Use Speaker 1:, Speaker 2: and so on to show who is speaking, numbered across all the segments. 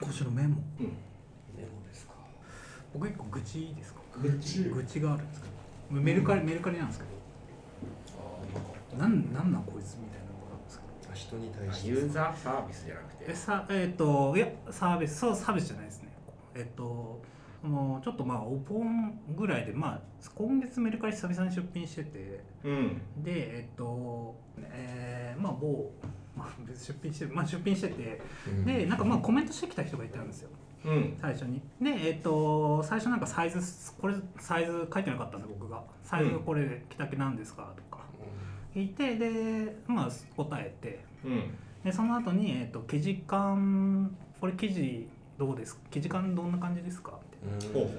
Speaker 1: こちらメモ
Speaker 2: メモですか
Speaker 1: 僕一個愚痴いいですか
Speaker 2: 愚痴
Speaker 1: 愚痴があるんですけどメルカリ、メルカリなんですけどなんなんなんこいつみたいなのがあるんですけど
Speaker 2: 人に対して
Speaker 3: ユーザーサービスじゃなく
Speaker 1: え
Speaker 3: て
Speaker 1: さえっ、といやサービスそうサービスじゃないですねえっ、とそのちょっとまあお盆ぐらいでまあ今月メルカリ久々に出品してて
Speaker 3: うん
Speaker 1: でえっ、とえーまあ某、まあ、別に出品してまあ出品しててでなんかまあコメントしてきた人がいたんですよ
Speaker 3: うん
Speaker 1: 最初にでえっ、と最初なんかサイズこれサイズ書いてなかったんで僕がサイズこれ着丈なんですかとか聞いてでまあ答えて
Speaker 3: うん
Speaker 1: でその後に、えっと生地感これ生地どうですか生地感どんな感じですか?」って
Speaker 3: ほうほ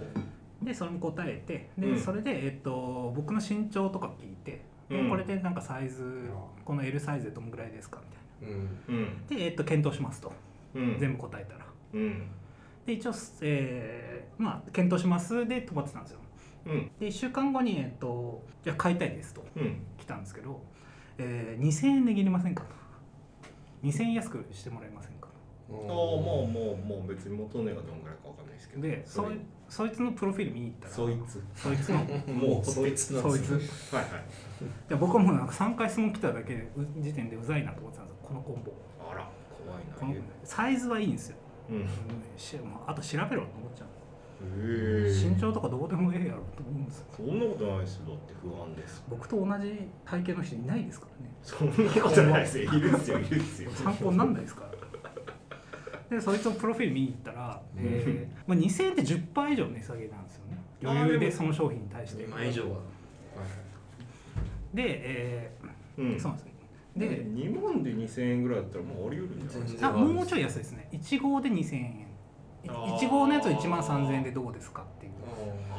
Speaker 1: でそれも答えてで、
Speaker 3: うん
Speaker 1: それで、えっと僕の身長とか聞いてで、
Speaker 3: うん
Speaker 1: これでなんかサイズこの L サイズでどのぐらいですかみた
Speaker 2: うんうん
Speaker 3: ううん
Speaker 1: いなで、えっと検討しますと、
Speaker 3: うん
Speaker 1: 全部答えたら
Speaker 3: うん
Speaker 1: で一応、えーまあ検討しますで止まってたんですよ
Speaker 3: うん
Speaker 1: で1週間後に、えっとじゃあ買いたいですと
Speaker 3: うん
Speaker 1: 来たんですけど、えー2000円値切りませんかと2000円安くしてもらえませんか
Speaker 3: ああもうもうもう別に元値がどんぐらいかわかんないですけど
Speaker 1: でそ
Speaker 3: れ
Speaker 1: そいつのプロフィール見に行ったら
Speaker 3: そいつ
Speaker 1: そいつのい
Speaker 3: もう
Speaker 2: そいつなん
Speaker 1: そい
Speaker 2: ですね
Speaker 1: つ
Speaker 3: はいはい
Speaker 1: や僕はもうなんか3回質問来ただけでう時点でうざいなと思ってたんですよこのコンボ
Speaker 3: あら怖いな
Speaker 1: この
Speaker 3: ユー
Speaker 1: サイズはいいんですよ、
Speaker 3: うんへ
Speaker 1: うんしもうあと調べろと思っちゃう
Speaker 3: え
Speaker 1: 身長とかどうでもええやろと思うんですよ
Speaker 3: そんなことないですよだって不安です
Speaker 1: 僕と同じ体型の人いないですからね
Speaker 3: そんなことないですよいるっすよいるっすよ
Speaker 1: 参考になんないですからでそいつのプロフィール見に行ったら、えーまあ、2000円って10%以上値下げなんですよね余裕でその商品に対して
Speaker 2: 2枚以上は
Speaker 1: で、え
Speaker 3: う
Speaker 1: ー
Speaker 3: ん
Speaker 1: そうなんですねで、
Speaker 3: で2万で2000円ぐらいだったらもうあり得るんじゃないですか
Speaker 1: あもうちょい安いですね1号で2000円い
Speaker 3: あー
Speaker 1: 1号のやつは1万3000円でどうですかっていう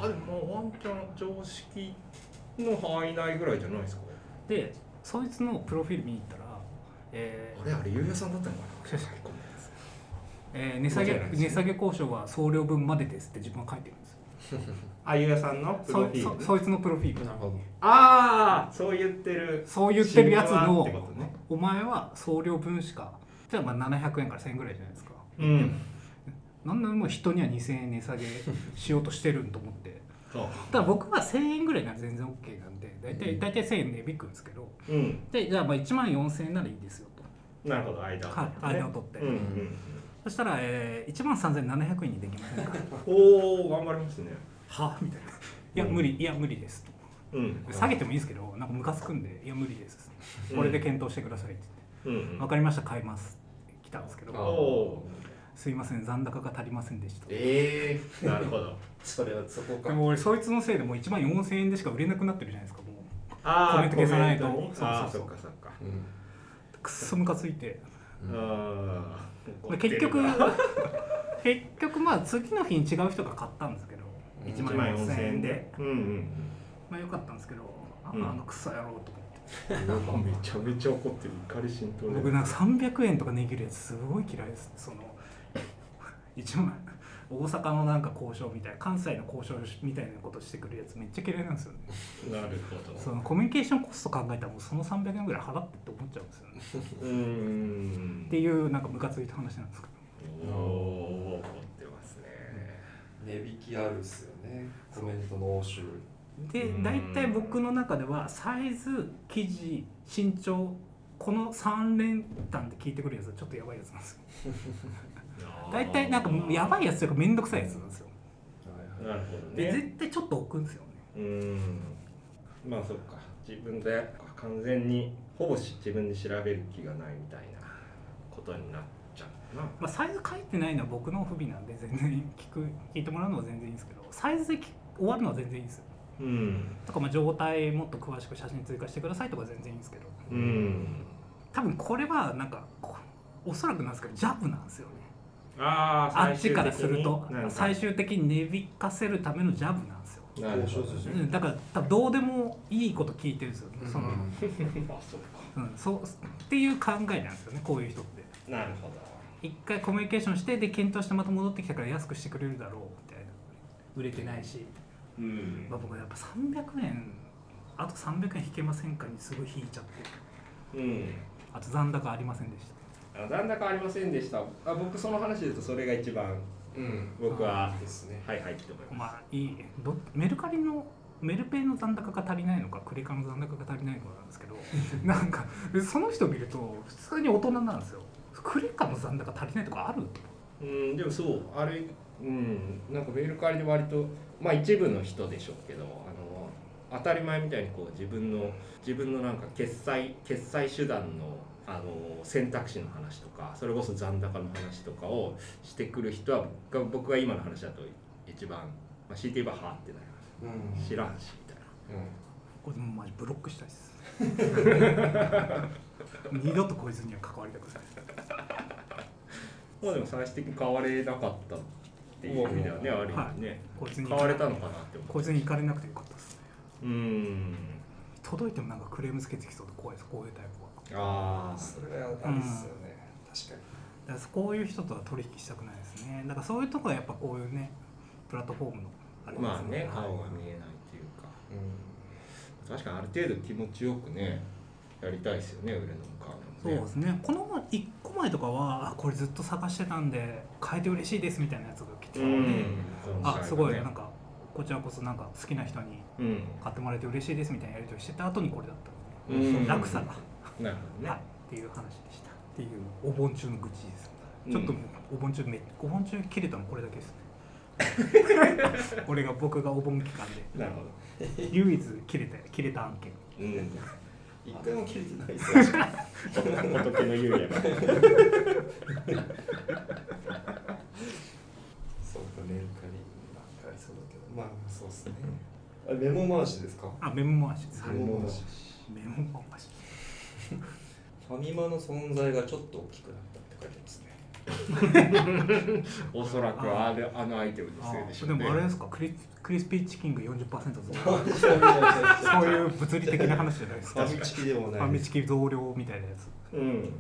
Speaker 3: あでもワンちゃん常識の範囲内ぐらいじゃないですか
Speaker 1: でそいつのプロフィール見に行ったら、えー
Speaker 3: あれあれゆうやさんだったのかな
Speaker 1: えー値下げ
Speaker 3: 間違いないですね
Speaker 1: 値下げ交渉は送料分までですって自分は書いてるんですよ
Speaker 3: あゆうやさんのプロフィー
Speaker 1: そ
Speaker 3: ル
Speaker 1: そそいつのプロフィール
Speaker 2: なるほど
Speaker 3: ああそう言ってる
Speaker 1: そう言ってるやつ
Speaker 3: 神話
Speaker 1: の
Speaker 3: ってことね
Speaker 1: お前は送料分しかじゃあまあ700円から1000円ぐらいじゃないですか
Speaker 3: うん
Speaker 1: なんでもう人には2000円値下げしようとしてるんと思って
Speaker 3: そ
Speaker 1: ただ僕は1000円ぐらいなら全然 OK なんで大体大体1000円値引くんですけど、
Speaker 3: ううん
Speaker 1: でじゃあまあ1万4000円ならいいですよと、
Speaker 3: なるほど間を
Speaker 1: は
Speaker 3: 取
Speaker 1: い
Speaker 3: っ、てね
Speaker 1: 間を取って、
Speaker 3: うんうん
Speaker 1: そしたら、えー、1万3700円にできません か
Speaker 3: おお頑張りますね
Speaker 1: はみたいな「いや無理いや無理です」
Speaker 3: うん
Speaker 1: と下げてもいいですけどなんかムカつくんで「いや無理です」
Speaker 3: うん
Speaker 1: これで検討してください」って言って
Speaker 3: うん
Speaker 1: 「
Speaker 3: うん
Speaker 1: 分かりました買います」って来たんですけ
Speaker 2: あ
Speaker 1: ど
Speaker 2: ー
Speaker 3: お
Speaker 1: 「すいません残高が足りませんでした」で
Speaker 2: え
Speaker 3: ーなる ほど
Speaker 2: ーそれはそこか
Speaker 1: も俺そいつのせいでもう1万4000円でしか売れなくなってるじゃないですかも
Speaker 3: あー
Speaker 1: コメント消さないと
Speaker 3: コメントにああ
Speaker 1: そ
Speaker 3: そう
Speaker 1: そうそう
Speaker 3: っかそっか
Speaker 2: うん
Speaker 1: うくっそムカついて
Speaker 3: あー
Speaker 1: で結局
Speaker 3: 怒ってるな
Speaker 1: 結局まあ次の日に違う人が買ったんですけど
Speaker 2: うん
Speaker 1: 1万4000円で
Speaker 3: うんうん
Speaker 1: まあよかったんですけどあ
Speaker 3: うん
Speaker 1: あのクソ野郎と思って。
Speaker 3: なんかめちゃめちゃ怒ってる怒り浸透ね
Speaker 1: 僕なんか300円とか値切るやつすごい嫌いですその 一万大阪のなんか交渉みたいな関西の交渉みたいなことしてくるやつめっちゃ嫌いなんですよね
Speaker 3: なるほど
Speaker 1: そのコミュニケーションコスト考えたらもうその300円ぐらい払ってって思っちゃうんですよね
Speaker 3: うーん
Speaker 1: っていうなんかムカついた話なんですけど
Speaker 3: おお怒ってますね
Speaker 2: 値引きあるっすよねコメントの応酬
Speaker 1: で
Speaker 3: うん
Speaker 1: 大体僕の中ではサイズ生地身長この3連単で聞いてくるやつはちょっとやばいやつなんですよ大体なんかもうやばいやつというか面倒くさいやつなんですよ
Speaker 3: なるほど
Speaker 1: で
Speaker 3: ね
Speaker 1: 絶対ちょっと置くんですよね
Speaker 3: うーんまあそっか自分で完全にほぼし自分で調べる気がないみたいなことになっちゃうな
Speaker 1: まあ、サイズ書いてないのは僕の不備なんで全然聞く聞いてもらうのは全然いいんですけどサイズで聞終わるのは全然いいんですよ
Speaker 3: うん
Speaker 1: とかまあ状態もっと詳しく写真追加してくださいとか全然いいんですけど
Speaker 3: うん
Speaker 1: 多分これはなんかこおそらくなんですけどジャブなんですよね
Speaker 3: ああ
Speaker 1: あっちからすると最終的に値引かせるためのジャブなんですよ
Speaker 3: なるほど
Speaker 2: 交渉す
Speaker 3: ね
Speaker 2: る
Speaker 1: うんだから多分どうでもいいこと聞いてるんですよその、
Speaker 2: うん
Speaker 3: あそっか
Speaker 1: うん、そうっていう考えなんですよねこういう人って
Speaker 3: なるほど
Speaker 1: 一回コミュニケーションしてで検討してまた戻ってきたから安くしてくれるだろうみたいな売れてないし
Speaker 3: うん
Speaker 1: まあ、僕やっぱ300円あと300円引けませんかにすごい引いちゃって
Speaker 3: うん
Speaker 1: あと残高ありませんでした
Speaker 3: ああ残高ありませんでしたあ僕その話で言うとそれが一番
Speaker 2: うん
Speaker 3: 僕は
Speaker 2: ですね
Speaker 3: はいはいって思います、
Speaker 1: まあいいどメルカリのメルペイの残高が足りないのかクレカの残高が足りないのかなんですけど なんかその人見ると普通に大人なんですよクレカの残高足りないとかある
Speaker 3: うんでもそうあれうんなんかメルカリで割とまあ一部の人でしょうけどあの当たり前みたいにこう自分の自分のなんか決済決済手段のあの選択肢の話とかそれこそ残高の話とかをしてくる人は僕が僕が今の話だと一番、まあ、強いて言えばはってなりま
Speaker 2: うん
Speaker 3: す知らんしみたいな
Speaker 1: これでもマジブロックしたいです 二度とこいつには関わりたくない
Speaker 3: まあでも最終的に買われなかったっていう意味ではねある意味ね、
Speaker 1: こいつに
Speaker 3: 買われたのかなって
Speaker 1: こ
Speaker 3: 思
Speaker 1: い
Speaker 3: っ
Speaker 1: つ
Speaker 3: て
Speaker 1: に行かれなくてよかったですね
Speaker 3: うん
Speaker 1: 届いてもなんかクレームつけてきそうで怖いですこういうタイプは
Speaker 3: ああ
Speaker 2: それはあれですよね、確かに
Speaker 1: だからこういう人とは取引したくないですねだからそういうとこはやっぱこういうねプラットフォームのあれです
Speaker 3: まあね
Speaker 1: はい
Speaker 3: 顔が見えないっていうか
Speaker 2: う
Speaker 3: 確かにある程度気持ちよくねやりたいですよね売れの顔
Speaker 1: そう
Speaker 3: も
Speaker 1: で
Speaker 3: ね
Speaker 1: すねこの前1個前とかはあこれずっと探してたんで変えて嬉しいですみたいなやつが来てた
Speaker 3: う
Speaker 1: ので、
Speaker 3: ん今回は
Speaker 1: あ
Speaker 3: ね
Speaker 1: すごいなんかこちらこそなんか好きな人に
Speaker 3: うん
Speaker 1: 買ってもらえて嬉しいですみたいなやり取りしてた後にこれだったの
Speaker 3: う
Speaker 1: で、
Speaker 3: ん
Speaker 1: 楽さが、
Speaker 3: なるほどね
Speaker 1: はいっていう話でしたっていうお盆中の愚痴です
Speaker 3: うん
Speaker 1: ちょっともうお盆中めお盆中切れたのこれだけです ね俺が僕がお盆期間
Speaker 3: なるほど
Speaker 1: で唯一切れた切れた案件
Speaker 3: うん
Speaker 2: ん一回も切れてないですよ
Speaker 3: 仏の幽霊が
Speaker 2: そうかメルカリなんかありそうだけどまあそうですねあメモ回しですか
Speaker 1: あメモ回しです、
Speaker 3: メ
Speaker 1: メ
Speaker 3: モ
Speaker 1: モ
Speaker 3: 回し
Speaker 1: 回し
Speaker 2: ファミマの存在がちょっと大きくなったって書いてますね
Speaker 3: おそらくあれあのアイテムの
Speaker 1: あ
Speaker 3: せいでしょ
Speaker 1: ー
Speaker 3: う
Speaker 1: で
Speaker 3: ね
Speaker 1: もあれですかクリクリスピーチキング40%ずつ
Speaker 2: そ
Speaker 1: そういう物理的な話じゃないです
Speaker 2: フ
Speaker 1: か
Speaker 2: ァ
Speaker 1: フ
Speaker 2: ミチキでも
Speaker 1: ァ
Speaker 2: ない
Speaker 1: ミチキ増量みたいなやつ
Speaker 3: うん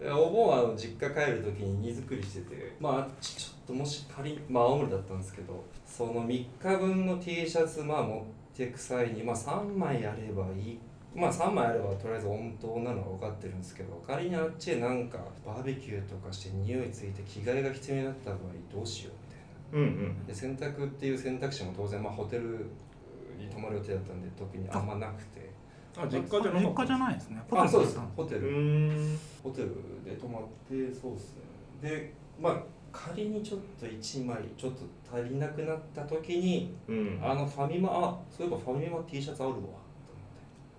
Speaker 2: いやお盆はあの実家帰る時に荷造りしててまあちちょっともし仮にまあ青森だったんですけどその3日分の T シャツまあ持ってく際にまあ3枚あればいいまあ3枚あればとりあえず温当なのは分かってるんですけど仮にあっちへなんかバーベキューとかして匂いついて着替えが必要になった場合どうしようみたいな
Speaker 3: うんうん
Speaker 2: で洗濯っていう選択肢も当然まあホテルに泊まる予定だったんで特にあんまなくて
Speaker 3: あ実家じゃなか
Speaker 1: 実
Speaker 3: った
Speaker 1: 家じゃないですねポテ
Speaker 2: あ
Speaker 1: ト
Speaker 2: そうで
Speaker 1: だ
Speaker 2: す
Speaker 1: ったん
Speaker 2: ホテ
Speaker 3: う
Speaker 2: ル、
Speaker 3: ーん
Speaker 2: ホテルで泊まってそうですねでまあ仮にちょっと1枚ちょっと足りなくなった時に、
Speaker 3: うん
Speaker 2: あのファミマあそういえばファミマ T シャツあるわと思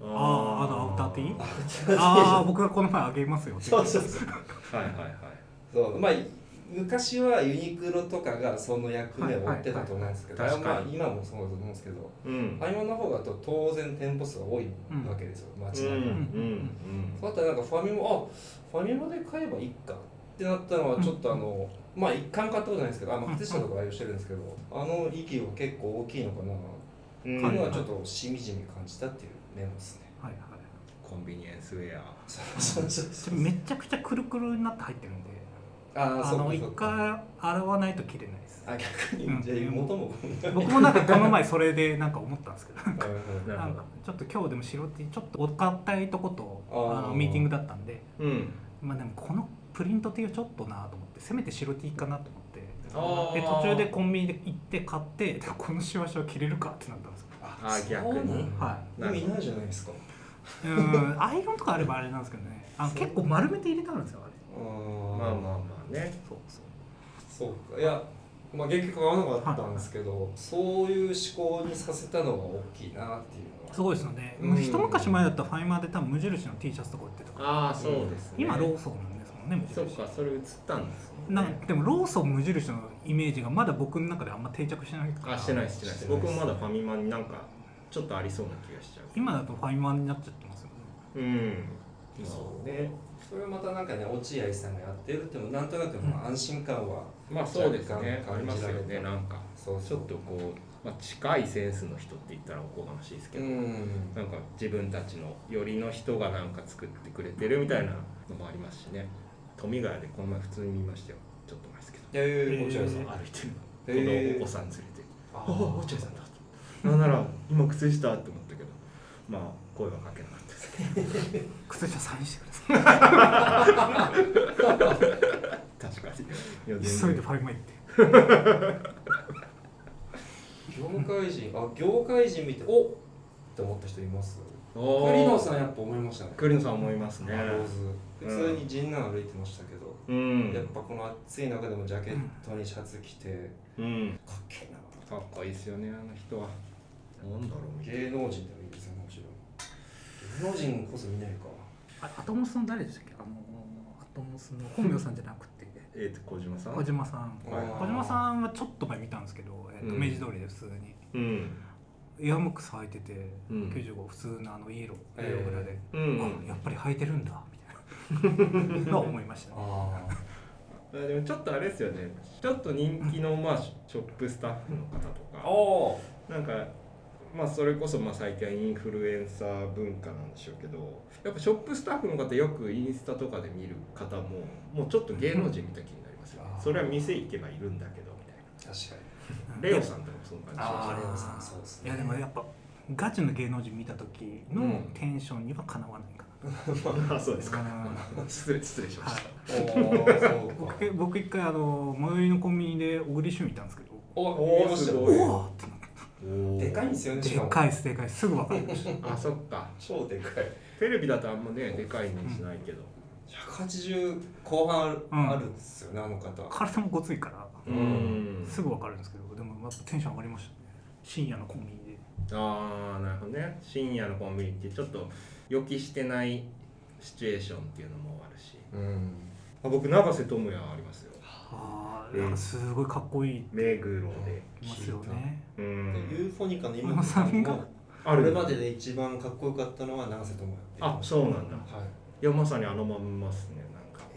Speaker 3: あー
Speaker 1: ああのアフターティー
Speaker 2: って
Speaker 1: ああ僕がこの前あげますよって
Speaker 2: そうそうそう
Speaker 3: はいはいはい
Speaker 2: そうまあ昔はユニクロとかがその役目を負ってたと思うんですけど、
Speaker 3: はいはいはい
Speaker 2: あれはまあ今もそうだと思うんですけど
Speaker 3: うん
Speaker 2: ファミマの方がと当然店舗数が多いわけですよ、街中
Speaker 3: う
Speaker 2: に、
Speaker 3: ん
Speaker 2: そうだったらなんかファミマあファミマで買えばいいかってなったのはちょっとあの、まあ一貫買ったことないんですけどあの靴下とか愛用してるんですけどあの域は結構大きいのかなっ
Speaker 3: う
Speaker 2: て
Speaker 3: ん
Speaker 2: いうのはちょっとしみじみ感じたっていうメモですね。
Speaker 1: はいはい
Speaker 3: コンビニエンスウェア
Speaker 2: そうそうそう
Speaker 1: それめちゃくちゃくるくるになって入ってるんで
Speaker 2: ああ
Speaker 1: あ
Speaker 2: そう
Speaker 1: の
Speaker 2: か
Speaker 1: 一
Speaker 2: そうか
Speaker 1: 回洗わないと切れない です
Speaker 2: あ逆
Speaker 1: う
Speaker 2: に
Speaker 1: ん
Speaker 2: じゃあ元も
Speaker 1: 僕もなんかこの前それでなんか思ったんですけど
Speaker 3: なる
Speaker 1: な
Speaker 3: ほ
Speaker 1: んかちょっと今日でもしろってちょっとお堅いとこと
Speaker 2: あー
Speaker 1: あのミーティングだったんで
Speaker 3: どうん
Speaker 1: まあでもこのプリント T はちょっとなと思ってせめて白 T かなと思って
Speaker 3: あー
Speaker 1: で途中でコンビニで行って買ってでこのシワシワ切れるかってなったんですよ
Speaker 3: あ
Speaker 2: そう
Speaker 3: 逆に
Speaker 1: は
Speaker 2: 意味ないじゃないですか。
Speaker 1: いうんアイロンとかあればあれなんですけどねあの結構丸めて入れてあるんですよあれ
Speaker 2: あ
Speaker 3: ま
Speaker 2: ー
Speaker 3: あまあまあね
Speaker 1: そうそう
Speaker 2: そうかいや、まあ、結局合わなかったんですけどそういう思考にさせたのが大きいなっていうのは
Speaker 1: すごいですよね、
Speaker 2: うん
Speaker 1: 一昔前だったらファイマーで多分無印の T シャツとか売ってたから
Speaker 3: ああそうですね
Speaker 1: 今ローソンなんですもんね無
Speaker 3: そう
Speaker 1: 印
Speaker 3: かそれ映ったんですね
Speaker 1: なんかでもローソン無印のイメージがまだ僕の中であんま定着してないから
Speaker 3: あしてないしてない
Speaker 2: してない
Speaker 3: 僕もまだファミマになんかちょっとありそうな気がしちゃう
Speaker 1: 今だとファイマーになっちゃってますよね
Speaker 3: うん
Speaker 2: そう
Speaker 3: ね
Speaker 2: それはまたなんかね落合さんがやってるってもなんとなくまあ安心感は、
Speaker 3: まあそうですねあ
Speaker 2: 若干
Speaker 3: り
Speaker 2: 感
Speaker 3: ま
Speaker 2: じ
Speaker 3: す
Speaker 2: ら
Speaker 3: よ
Speaker 2: れた
Speaker 3: ねなんか
Speaker 2: そう
Speaker 3: ちょっとこう、まあ、近いセンスの人って言ったらおこがましいですけ
Speaker 2: う
Speaker 3: ど、
Speaker 2: ん
Speaker 3: なんか自分たちのよりの人がなんか作ってくれてるみたいなのもありますしね富ヶ谷でこの前普通に見ましたよちょっと前ですけど
Speaker 2: いやいやいや落合さん、
Speaker 1: えー
Speaker 3: 歩いて
Speaker 2: へ
Speaker 3: る子
Speaker 2: ー
Speaker 3: 供お子さん連れて
Speaker 2: あ
Speaker 3: あ
Speaker 2: ー
Speaker 3: あ落合さんだとなんなら今靴下って思ったけどまあ声はかけなかったで
Speaker 1: 靴下サインしてくださ
Speaker 3: 確かにいや全
Speaker 1: い
Speaker 3: 然
Speaker 1: 急いでファイマ行って
Speaker 2: 業界人あ業界人見ておっって思った人います
Speaker 3: おー
Speaker 2: 栗野さんやっぱ思いましたね
Speaker 3: 栗野さん思いますね
Speaker 2: ローズ普通に陣内歩いてましたけど、
Speaker 3: うん
Speaker 2: やっぱこの暑い中でもジャケットにシャツ着て
Speaker 3: うん
Speaker 2: かっけえ
Speaker 3: か
Speaker 2: な
Speaker 3: っこいいですよねあの人はなんだろうみたいな
Speaker 2: 芸能人でもいいですよもちろん芸能人こそ見ないか
Speaker 1: あアトモスの誰でしたっけあのアトモスの本名さんじゃなくて
Speaker 3: えっと小島さん
Speaker 1: 小島さん
Speaker 3: はい
Speaker 1: 小島さんはちょっと前見たんですけど、えっと
Speaker 3: うん
Speaker 1: 明治通りで普通に
Speaker 3: うん
Speaker 1: エアムックス履いてて、
Speaker 3: うん
Speaker 1: 95普通のあのイエロー
Speaker 2: え
Speaker 1: イ
Speaker 2: ー
Speaker 1: エローグラで、
Speaker 3: う
Speaker 1: あ
Speaker 3: ん
Speaker 1: やっぱり履いてるんだみたいなのは思いましたね
Speaker 2: ああ
Speaker 3: あでもちょっとあれですよねちょっと人気のまあショップスタッフの方とか
Speaker 2: お
Speaker 3: なんかまあそれこそまあ最近はインフルエンサー文化なんでしょうけどやっぱショップスタッフの方よくインスタとかで見る方ももうちょっと芸能人みたいな気になりますよね
Speaker 2: うん
Speaker 3: それは店行けばいるんだけどみたいな
Speaker 2: 確かに
Speaker 3: レオさんとかもそんな感じ
Speaker 2: あー
Speaker 3: し
Speaker 2: レオさんそうっすね
Speaker 1: いやでもやっぱガチの芸能人見た時
Speaker 3: う
Speaker 1: の
Speaker 3: ん
Speaker 1: テンションにはかなわないかな、
Speaker 3: ましたあそうですか
Speaker 1: うん
Speaker 3: 失礼失礼しました
Speaker 2: おーそう
Speaker 1: 僕僕一回あの最寄りのコンビニで小栗旬見たんですけど
Speaker 2: お
Speaker 3: おー
Speaker 2: 見えました
Speaker 3: すごい
Speaker 1: おおーってなって
Speaker 2: でかいんですよねし
Speaker 1: で
Speaker 2: か
Speaker 1: っ
Speaker 2: も
Speaker 1: かいですでっかいですすぐ分かりました
Speaker 3: あそっか
Speaker 2: 超でかい
Speaker 3: テレビだとあんまねでかいイメージないけど
Speaker 2: 180後半ある,、
Speaker 1: うん
Speaker 2: あるんですよねあの方
Speaker 1: 体もごついから
Speaker 2: うん
Speaker 1: すぐ分かるんですけどでもやっぱテンション上がりましたね深夜のコンビニで
Speaker 3: ああなるほどね深夜のコンビニってちょっと予期してないシチュエーションっていうのもあるし
Speaker 2: うん
Speaker 3: あ僕永瀬智也ありますよ
Speaker 1: あ
Speaker 3: うん
Speaker 1: あすごいかっこいいって
Speaker 3: 目黒で
Speaker 1: 言いますよね
Speaker 3: う
Speaker 2: でユ
Speaker 3: ん
Speaker 2: ーフォニカの
Speaker 1: 小野
Speaker 2: 今
Speaker 1: さんが
Speaker 3: あ
Speaker 2: これまでで一番かっこよかったのは永瀬智也って言って
Speaker 3: あ
Speaker 2: ました
Speaker 3: そうなんだ
Speaker 2: はい
Speaker 3: いやまさにあのまんまっすねなんか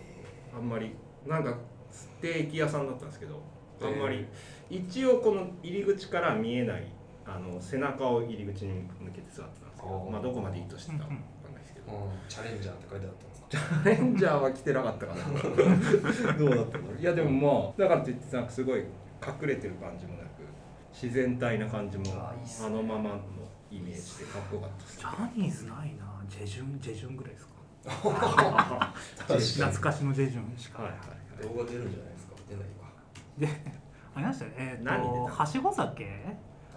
Speaker 3: あんまりなんかステーキ屋さんだったんですけどあんまり、一応この入り口から見えないあの背中を入り口に向けて座ってたんですけ
Speaker 2: あ
Speaker 3: ど
Speaker 2: ー
Speaker 3: まあどこまでいいとしてたかわかんないですけど
Speaker 2: うんチャレンジャーって書いてあったんですか
Speaker 3: レンジャーは来てなかったかなどうだったんだろういやでもまあだからといってなんかすごい隠れてる感じもなく自然体な感じも
Speaker 2: あいいっす
Speaker 3: あ
Speaker 2: ね
Speaker 3: のままのイメージでかっこよかったです
Speaker 1: ジャニーズないなジェジュンジェジュンぐらいですか
Speaker 2: 確
Speaker 1: 懐かしのジェジュンしか、
Speaker 3: はいはいはい
Speaker 2: 動画出るんじゃないですか出ないわ
Speaker 1: でありましたよねえっ、
Speaker 3: 何出
Speaker 1: と
Speaker 3: た
Speaker 1: はしご酒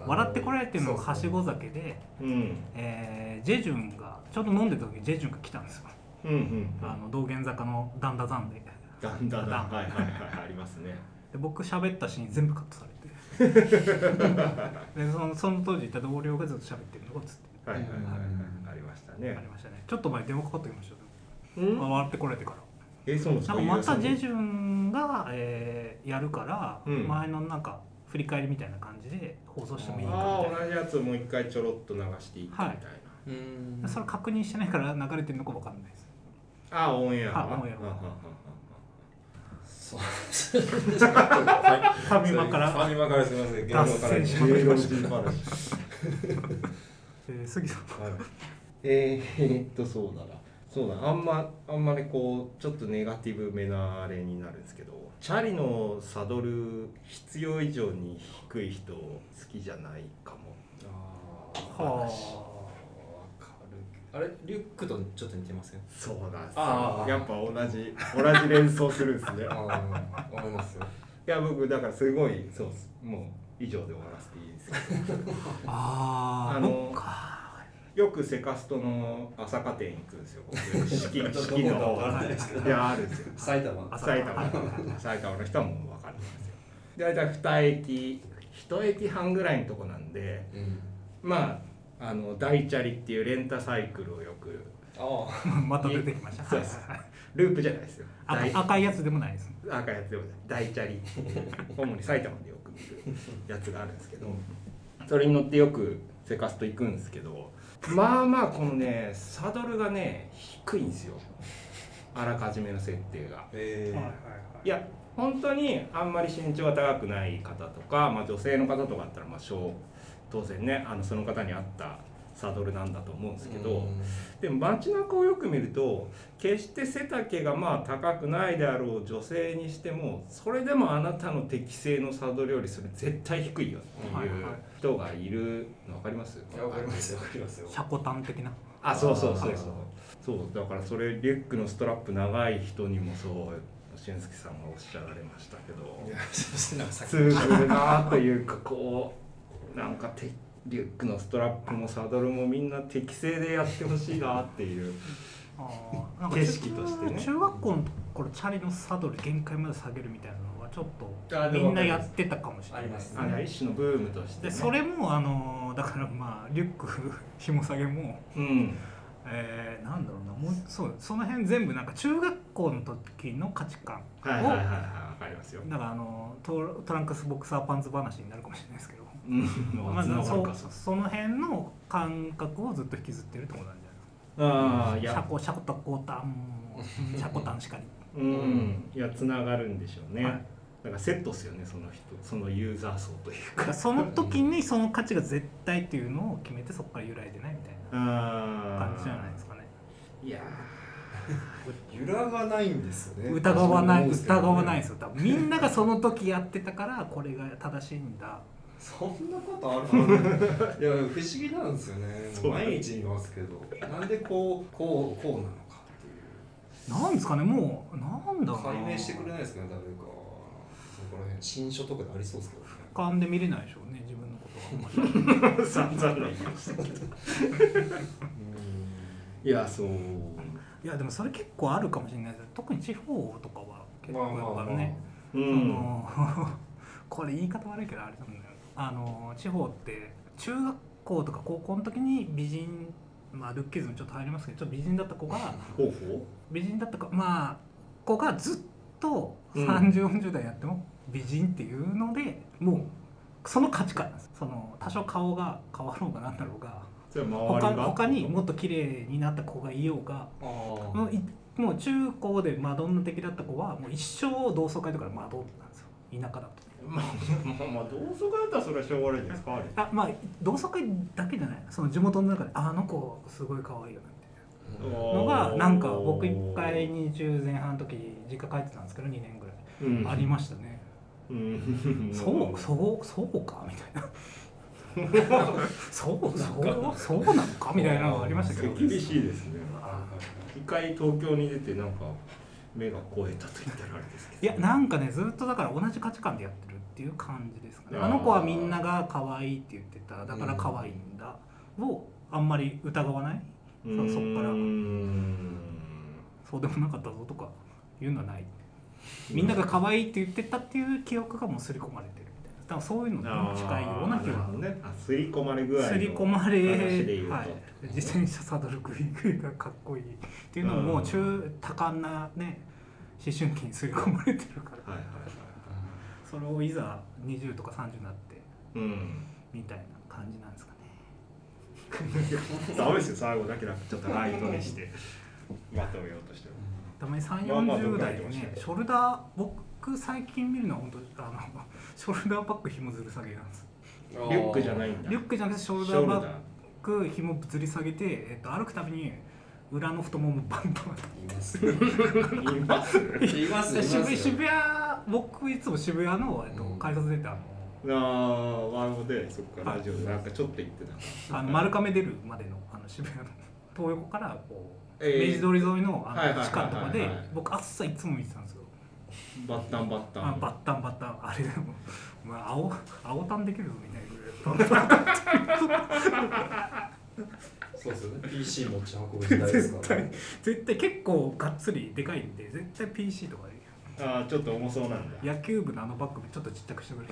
Speaker 2: あの
Speaker 1: 笑ってこられてるのが
Speaker 2: そう
Speaker 1: は
Speaker 2: そ
Speaker 1: し
Speaker 2: う
Speaker 1: ご酒で
Speaker 3: うん
Speaker 1: えージェジュンがちょうど飲んでた時ジェジュンが来たんですよ
Speaker 3: うんうん
Speaker 1: あの道玄坂のダンダザンで
Speaker 3: だんだんだ
Speaker 1: だ
Speaker 3: ん
Speaker 1: ん
Speaker 3: はいはいはいありますね
Speaker 1: で僕喋ったシーン全部カットされ てでそのその当時いた同僚がずっと喋ってるのが映って
Speaker 3: はいはいはいはい
Speaker 2: うん
Speaker 3: ありました
Speaker 1: る
Speaker 3: ね
Speaker 1: ありましたねちょっと前に電話かかってきましたよ、
Speaker 3: うん
Speaker 1: まあ、笑ってこられてから
Speaker 3: えそうなんです
Speaker 1: な
Speaker 3: か
Speaker 1: んかまたジェ
Speaker 3: ュ
Speaker 1: ジュンが、えーやるから、
Speaker 3: うん
Speaker 1: 前のなんか振り返りみたいな感じで放送してもいいか
Speaker 3: あ
Speaker 1: み
Speaker 3: あ
Speaker 1: たい
Speaker 3: 同じやつをもう一回ちょろっと流していくみたいな
Speaker 1: はい
Speaker 2: うん
Speaker 1: なそれ確認してないから流れてるのか分かんないです
Speaker 3: ああオンエアが
Speaker 1: あオンエア
Speaker 3: うんうんうんうん
Speaker 2: そう
Speaker 1: ファミマから
Speaker 2: ファミマからすみません。
Speaker 1: 脱線しまくりました
Speaker 2: 芸能人話
Speaker 1: えー杉さん
Speaker 3: えー、っとそうだなそうだあんまあんまりこうちょっとネガティブめなあれになるんですけどチャリのサドル必要以上に低い人好きじゃないかも
Speaker 2: あー
Speaker 1: はあ
Speaker 2: わかるあれリュックとちょっと似てません。
Speaker 3: そうなんですよ
Speaker 2: あー
Speaker 3: やっぱ同じ同じ連想するんです ね
Speaker 2: ああ思いますよ。
Speaker 3: いや僕だからすごいそうっすもう以上で終わらせていいですけど
Speaker 1: あー
Speaker 3: あの
Speaker 1: 僕か
Speaker 3: よくセカストの朝課店行くんですよ僕四季四季
Speaker 2: どこかわ
Speaker 1: か
Speaker 3: の
Speaker 1: んないですけ
Speaker 2: ど
Speaker 3: いやあるんですよ
Speaker 2: 埼玉。
Speaker 1: あ
Speaker 3: 埼玉埼玉の人はもう分かるんですよ大体2駅1駅半ぐらいのとこなんで
Speaker 2: うん。
Speaker 3: まああの大チャリっていうレンタサイクルをよく
Speaker 2: ああ。
Speaker 1: また出てきました。
Speaker 3: そうですループじゃないですよ
Speaker 1: 赤
Speaker 3: 大
Speaker 1: 赤いやつでもないです。
Speaker 3: 赤いやつでもない大チャリっていう主に埼玉でよく見るやつがあるんですけどそれに乗ってよくセカスト行くんですけどまあまあこのねサドルがね低いんですよあらかじめの設定が。
Speaker 2: え
Speaker 3: い
Speaker 2: え。
Speaker 3: や本当にあんまり身長が高くない方とか、まあ、女性の方とかだったらまあ小当然ねあのその方に合ったサドルなんだと思うんですけど、
Speaker 2: うん
Speaker 3: でも街中をよく見ると決して背丈がまあ高くないであろう女性にしてもそれでもあなたの適正のサドルよりそれ絶対低いよっていう人がいるの分かります
Speaker 2: いやわかりますよわかりますよ。
Speaker 1: シャコタン的な。
Speaker 3: あそうそうそう
Speaker 2: あー
Speaker 3: そうそうだからそれリュックのストラップ長い人にもそう俊介さんがおっしゃられましたけど
Speaker 2: いやちょっとなんかさっき
Speaker 3: 通ずるなというかこうなんかてリュックのストラップもサドルもみんな適正でやってほしいなっていう
Speaker 1: あーなんか
Speaker 3: 景色としてね
Speaker 1: 中中学校の頃チャリのサドル限界まで下げるみたいなのはちょっ
Speaker 3: あ
Speaker 1: と
Speaker 3: で
Speaker 1: み
Speaker 3: も
Speaker 1: んなやってたかもしれないです
Speaker 3: あれは
Speaker 1: ね。
Speaker 3: 一種のブームとし
Speaker 1: で
Speaker 3: て、ね、
Speaker 1: それもあのーだからまあリュック紐下げも、
Speaker 3: うん
Speaker 1: えー、なんだろうなもうそうその辺全部なんか中学校の時の価値観を、
Speaker 3: はいはいはいはいわかりますよ
Speaker 1: だからあのートトランクスボクサーパンツ話になるかもしれないですけど、
Speaker 3: うん
Speaker 1: まあ、
Speaker 3: 夏の
Speaker 1: そ
Speaker 3: 若さ
Speaker 1: その辺の感覚をずっと引きずってるってことなんじゃないですか。
Speaker 3: ああい
Speaker 1: シャ
Speaker 3: や
Speaker 1: コシャコタコタンシャコタンしかり。
Speaker 3: うんいやつながるんでしょうね、
Speaker 1: はい
Speaker 3: だからセットですよねその人そのユーザー層という
Speaker 1: だか
Speaker 3: から
Speaker 1: その時にその価値が絶対っていうのを決めてそこから揺らいでないみたいな
Speaker 3: あ
Speaker 1: 感じじゃないですかね。
Speaker 3: いや
Speaker 2: 揺らがないんですよね
Speaker 1: 疑わない疑わないですすよ。多分みんながその時やってたからこれが正しいんだ。
Speaker 2: そんなことあるいや不思議なんですよね
Speaker 3: そう
Speaker 2: 毎日見ますけどなんでこうこうこうなのかっていう
Speaker 1: なんですかねもうなんだろうな。
Speaker 2: 解明してくれないですかね誰かそこら辺新書とかでありそうですけどね
Speaker 1: 俯瞰で見れないでしょうね自分のことはあんまり。
Speaker 3: ー 散々な言いましたけどいやそう
Speaker 1: いやでもそれ結構あるかもしれないです。特に地方とかは結構
Speaker 2: まあま
Speaker 1: や
Speaker 2: あ
Speaker 1: っ
Speaker 2: ま
Speaker 1: ぱ
Speaker 2: あ
Speaker 1: ね。
Speaker 3: う
Speaker 1: あ
Speaker 3: ん
Speaker 1: の これ言い方悪いけどあれなんだよあの地方って中学校とか高校の時に美人まあルッキズムちょっと入りますけどちょっと美人だった子が
Speaker 3: 方法
Speaker 1: 美人だった子まあ子がずっと
Speaker 3: うん
Speaker 1: 3040代やっても美人っていうので、もうその価値観なんですその多少顔が変わろうがなんだろうが
Speaker 3: それは周
Speaker 1: 他
Speaker 3: りが
Speaker 1: 他にもっと綺麗になった子がいようが
Speaker 2: あー
Speaker 1: もういもう中高でマドンナ的だった子はもう一生同窓会とかでマドンナなんですよ田舎だと。
Speaker 3: まあまあまあ同窓会だったらそれはしょうがないじゃないですかあれ
Speaker 1: あまあ同窓会だけじゃないその地元の中でああの子すごい可愛いよねみたいなのがなんか僕一回20前半の時実家帰ってたんですけど2年ぐらい、
Speaker 3: うん
Speaker 1: ありましたね、
Speaker 3: うん
Speaker 1: そうそうそうかみたいな そうそうそうなのかみたいなのがありましたけど
Speaker 3: 厳しいですね
Speaker 1: あ
Speaker 3: 一回東京に出てなんか目が超えたと言ったらあれですけど
Speaker 1: いやなんかねずっとだから同じ価値観でやってるっていう感じですかね
Speaker 3: あー
Speaker 1: あの子はみんなが可愛いって言ってただから可愛いんだをあんまり疑わないそうそっから
Speaker 3: うーん
Speaker 1: そうでもなかったぞとかいうのはないみんなが可愛いって言ってたっていう記憶がもう刷り込まれてるみたいな多分そういうのに近いような気
Speaker 3: あーる
Speaker 1: は
Speaker 3: ほどねあ刷り込まれ具合の
Speaker 1: 刷り込まれ、
Speaker 3: 話で言うと、
Speaker 1: はい、自転車サドルグイグイがかっこいいっていうのももう中多感なね思春期に刷り込まれてるから
Speaker 3: はいはいはい
Speaker 1: それをいざ20とか30になって
Speaker 3: うん
Speaker 1: みたいな感じなんですかね
Speaker 3: ダメですよ最後だけなんかちょっとライトにしてまとめようとしてる
Speaker 1: たまに3
Speaker 3: まあまあ
Speaker 1: 4 0代で
Speaker 3: どっか行きました
Speaker 1: ね
Speaker 3: よ
Speaker 1: ショルダー僕最近見るのは本当あのショルダーバッグ紐ずる下げなんです
Speaker 3: リュックじゃない
Speaker 2: あ
Speaker 3: んだ
Speaker 1: リュックじゃなくてショルダーバッグく紐ぶつり下げて、えっと、歩くたびに裏の太ももバンバン
Speaker 2: ーいますね
Speaker 3: ショルダーいます
Speaker 2: いますいます
Speaker 1: 渋渋谷僕いつも渋谷の、えっと
Speaker 2: うん、
Speaker 1: 改札出てあの
Speaker 3: ああワールドでそっかラジオでなんかちょっと言ってた
Speaker 1: あの丸亀出るまでのあの渋谷の東横からこう、
Speaker 3: えー
Speaker 1: 明治通り沿いの
Speaker 3: はい
Speaker 1: あ
Speaker 3: はいはいはいは
Speaker 1: の
Speaker 3: い
Speaker 1: 地下のとかで僕朝いつも見てたんですよ
Speaker 3: バッタンバッタン
Speaker 1: あバッタンバッタンあれでもお前青青タンできるぞみた いなぐらいバンバン
Speaker 2: そうですよね PC 持ち運ぶ時代ですからね
Speaker 1: 絶対結構がっつりでかいんで絶対 PC とかで
Speaker 3: ああちょっと重そうなんだ
Speaker 1: 野球部のあのバッグちょっとちっちゃくしてくれ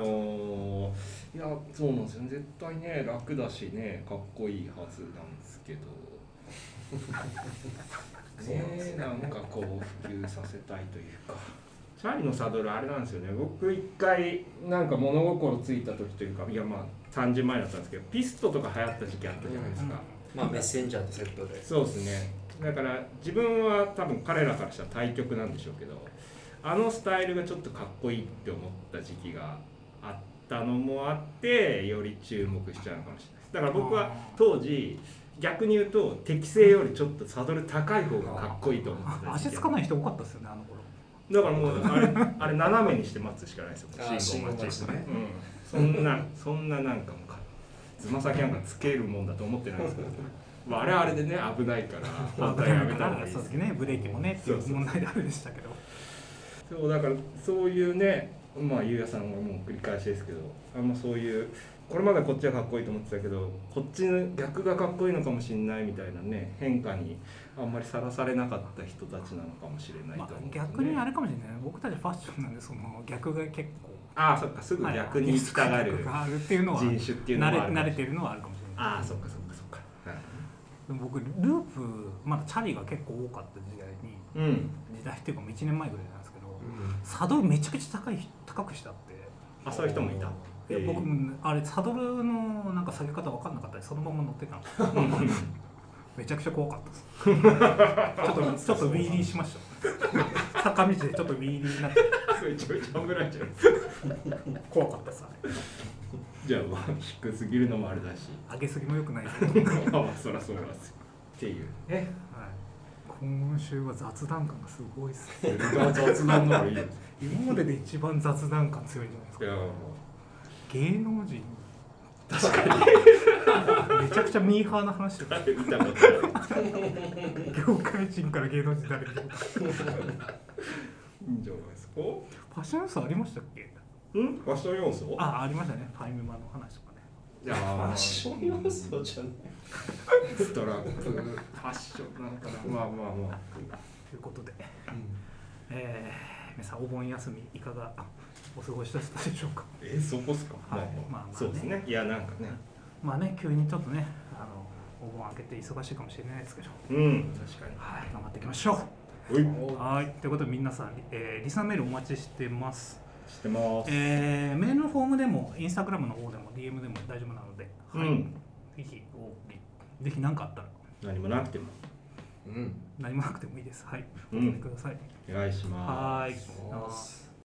Speaker 3: おーいやそうなんですよね絶対ね楽だしねかっこいいはずなんです けど
Speaker 2: そうなんです
Speaker 3: ねなんかこう普及させたいというかチャーリーのサドルあれなんですよね僕一回なんか物心ついた時というかいやまあ3時前だったんですけどピストとか流行った時期あったじゃないですか、
Speaker 2: まあメッセンジャーとセットで
Speaker 3: そうですねだから自分は多分彼らからしたら対極なんでしょうけどあのスタイルがちょっとかっこいいって思った時期があったのもあってより注目しちゃうのかもしれないだから僕は当時逆に言うと適正よりちょっとサドル高い方がかっこいいと思ってた
Speaker 1: 足
Speaker 3: 時
Speaker 1: つ
Speaker 3: 期
Speaker 1: かない人多かったですよねあの頃
Speaker 3: だからもうあれあれ斜めにして待つしかないですよ
Speaker 2: あー信号待ちね
Speaker 3: うん、そんなそんななんかもうかつま先なんかつけるもんだと思ってないですけどまあ、あれはあれでね危ないから反対やめた方がいい
Speaker 1: そうですねブレーキもねっていう問題であるでしたけど
Speaker 3: そうだからそういうねまあゆうやさんはもう繰り返しですけどあんまそういうこれまでこっちがかっこいいと思ってたけどこっちの逆がかっこいいのかもしれないみたいなね変化にあんまりさらされなかった人たちなのかもしれない
Speaker 1: ま
Speaker 3: と
Speaker 1: あ
Speaker 3: 思う、ね
Speaker 1: 逆にあ
Speaker 3: れ
Speaker 1: れかもしれない僕たちファッションなんでその逆が結構
Speaker 3: ああそっかすぐ逆に従
Speaker 1: はい
Speaker 3: る
Speaker 1: 逆があるっていうのは
Speaker 3: 人種っていうの
Speaker 1: 慣れ
Speaker 3: もある
Speaker 1: 慣れてるのはあるかもしれない
Speaker 3: ああそっかそっかそっか
Speaker 1: でも僕ループまだチャリが結構多かった時代に
Speaker 3: うん
Speaker 1: 時代っていうかもう1年前ぐらいなんですけど、
Speaker 2: うん
Speaker 1: サドルめちゃくちゃ高い高くしたって
Speaker 3: あそういう人もいた
Speaker 1: いや僕
Speaker 3: も
Speaker 1: もあれサドルのなんか下げ方分かんなかったりそのまま乗ってたの めちゃくちゃ怖かったですちょっ とちょっとウィーリーしました 坂道でちょっとウィーリーになって
Speaker 3: ちょいちょい危ないじゃん
Speaker 1: 怖かったですあれ
Speaker 3: じゃあまあ低すぎるのもあれだ し
Speaker 1: 上げすぎもよくないですけど、はい、
Speaker 3: まあまあそりゃそうなんですよっていうね
Speaker 1: 今週は雑談感がすごいっすね
Speaker 3: 俺が雑談の方が いいよ
Speaker 1: 今までで一番雑談感強いじゃないです
Speaker 3: い
Speaker 1: か
Speaker 3: や
Speaker 1: 芸能人確かにめちゃくちゃミーハーな話だ
Speaker 3: 誰見たことない
Speaker 1: 業界人から芸能人誰にも
Speaker 3: いいんじゃないですか
Speaker 1: ファッション要素ありましたっけ
Speaker 3: うんファッション要素
Speaker 1: あありましたねファイムマの話とかね
Speaker 3: いやフ
Speaker 2: ファッション要素じゃない
Speaker 3: ストラップファッションなのかなまあまあま
Speaker 1: ということで、えー、皆さんお盆休みいかがお過ごしだったでしょうか
Speaker 3: あえそこっすか
Speaker 1: はいまあまあね
Speaker 3: そうですねいやなんかね
Speaker 1: まあね急にちょっとねあのお盆明けて忙しいかもしれないですけど
Speaker 3: うん確かに
Speaker 1: はい頑張っていきましょ
Speaker 3: おい
Speaker 1: うんはいということで皆さん、えー、リサメールお待ちしてます
Speaker 3: してます
Speaker 1: えーメールのフォームでもインスタグラムの方でも DM でも大丈夫なので、はい
Speaker 3: うん
Speaker 1: ぜひお送りぜひ何かあったら
Speaker 3: 何もなくても
Speaker 2: うん
Speaker 1: 何もなくてもいいですはい、
Speaker 3: う
Speaker 1: お
Speaker 3: ん
Speaker 1: 送りください
Speaker 3: お願いしま
Speaker 1: はー
Speaker 3: す
Speaker 1: い
Speaker 2: そうっす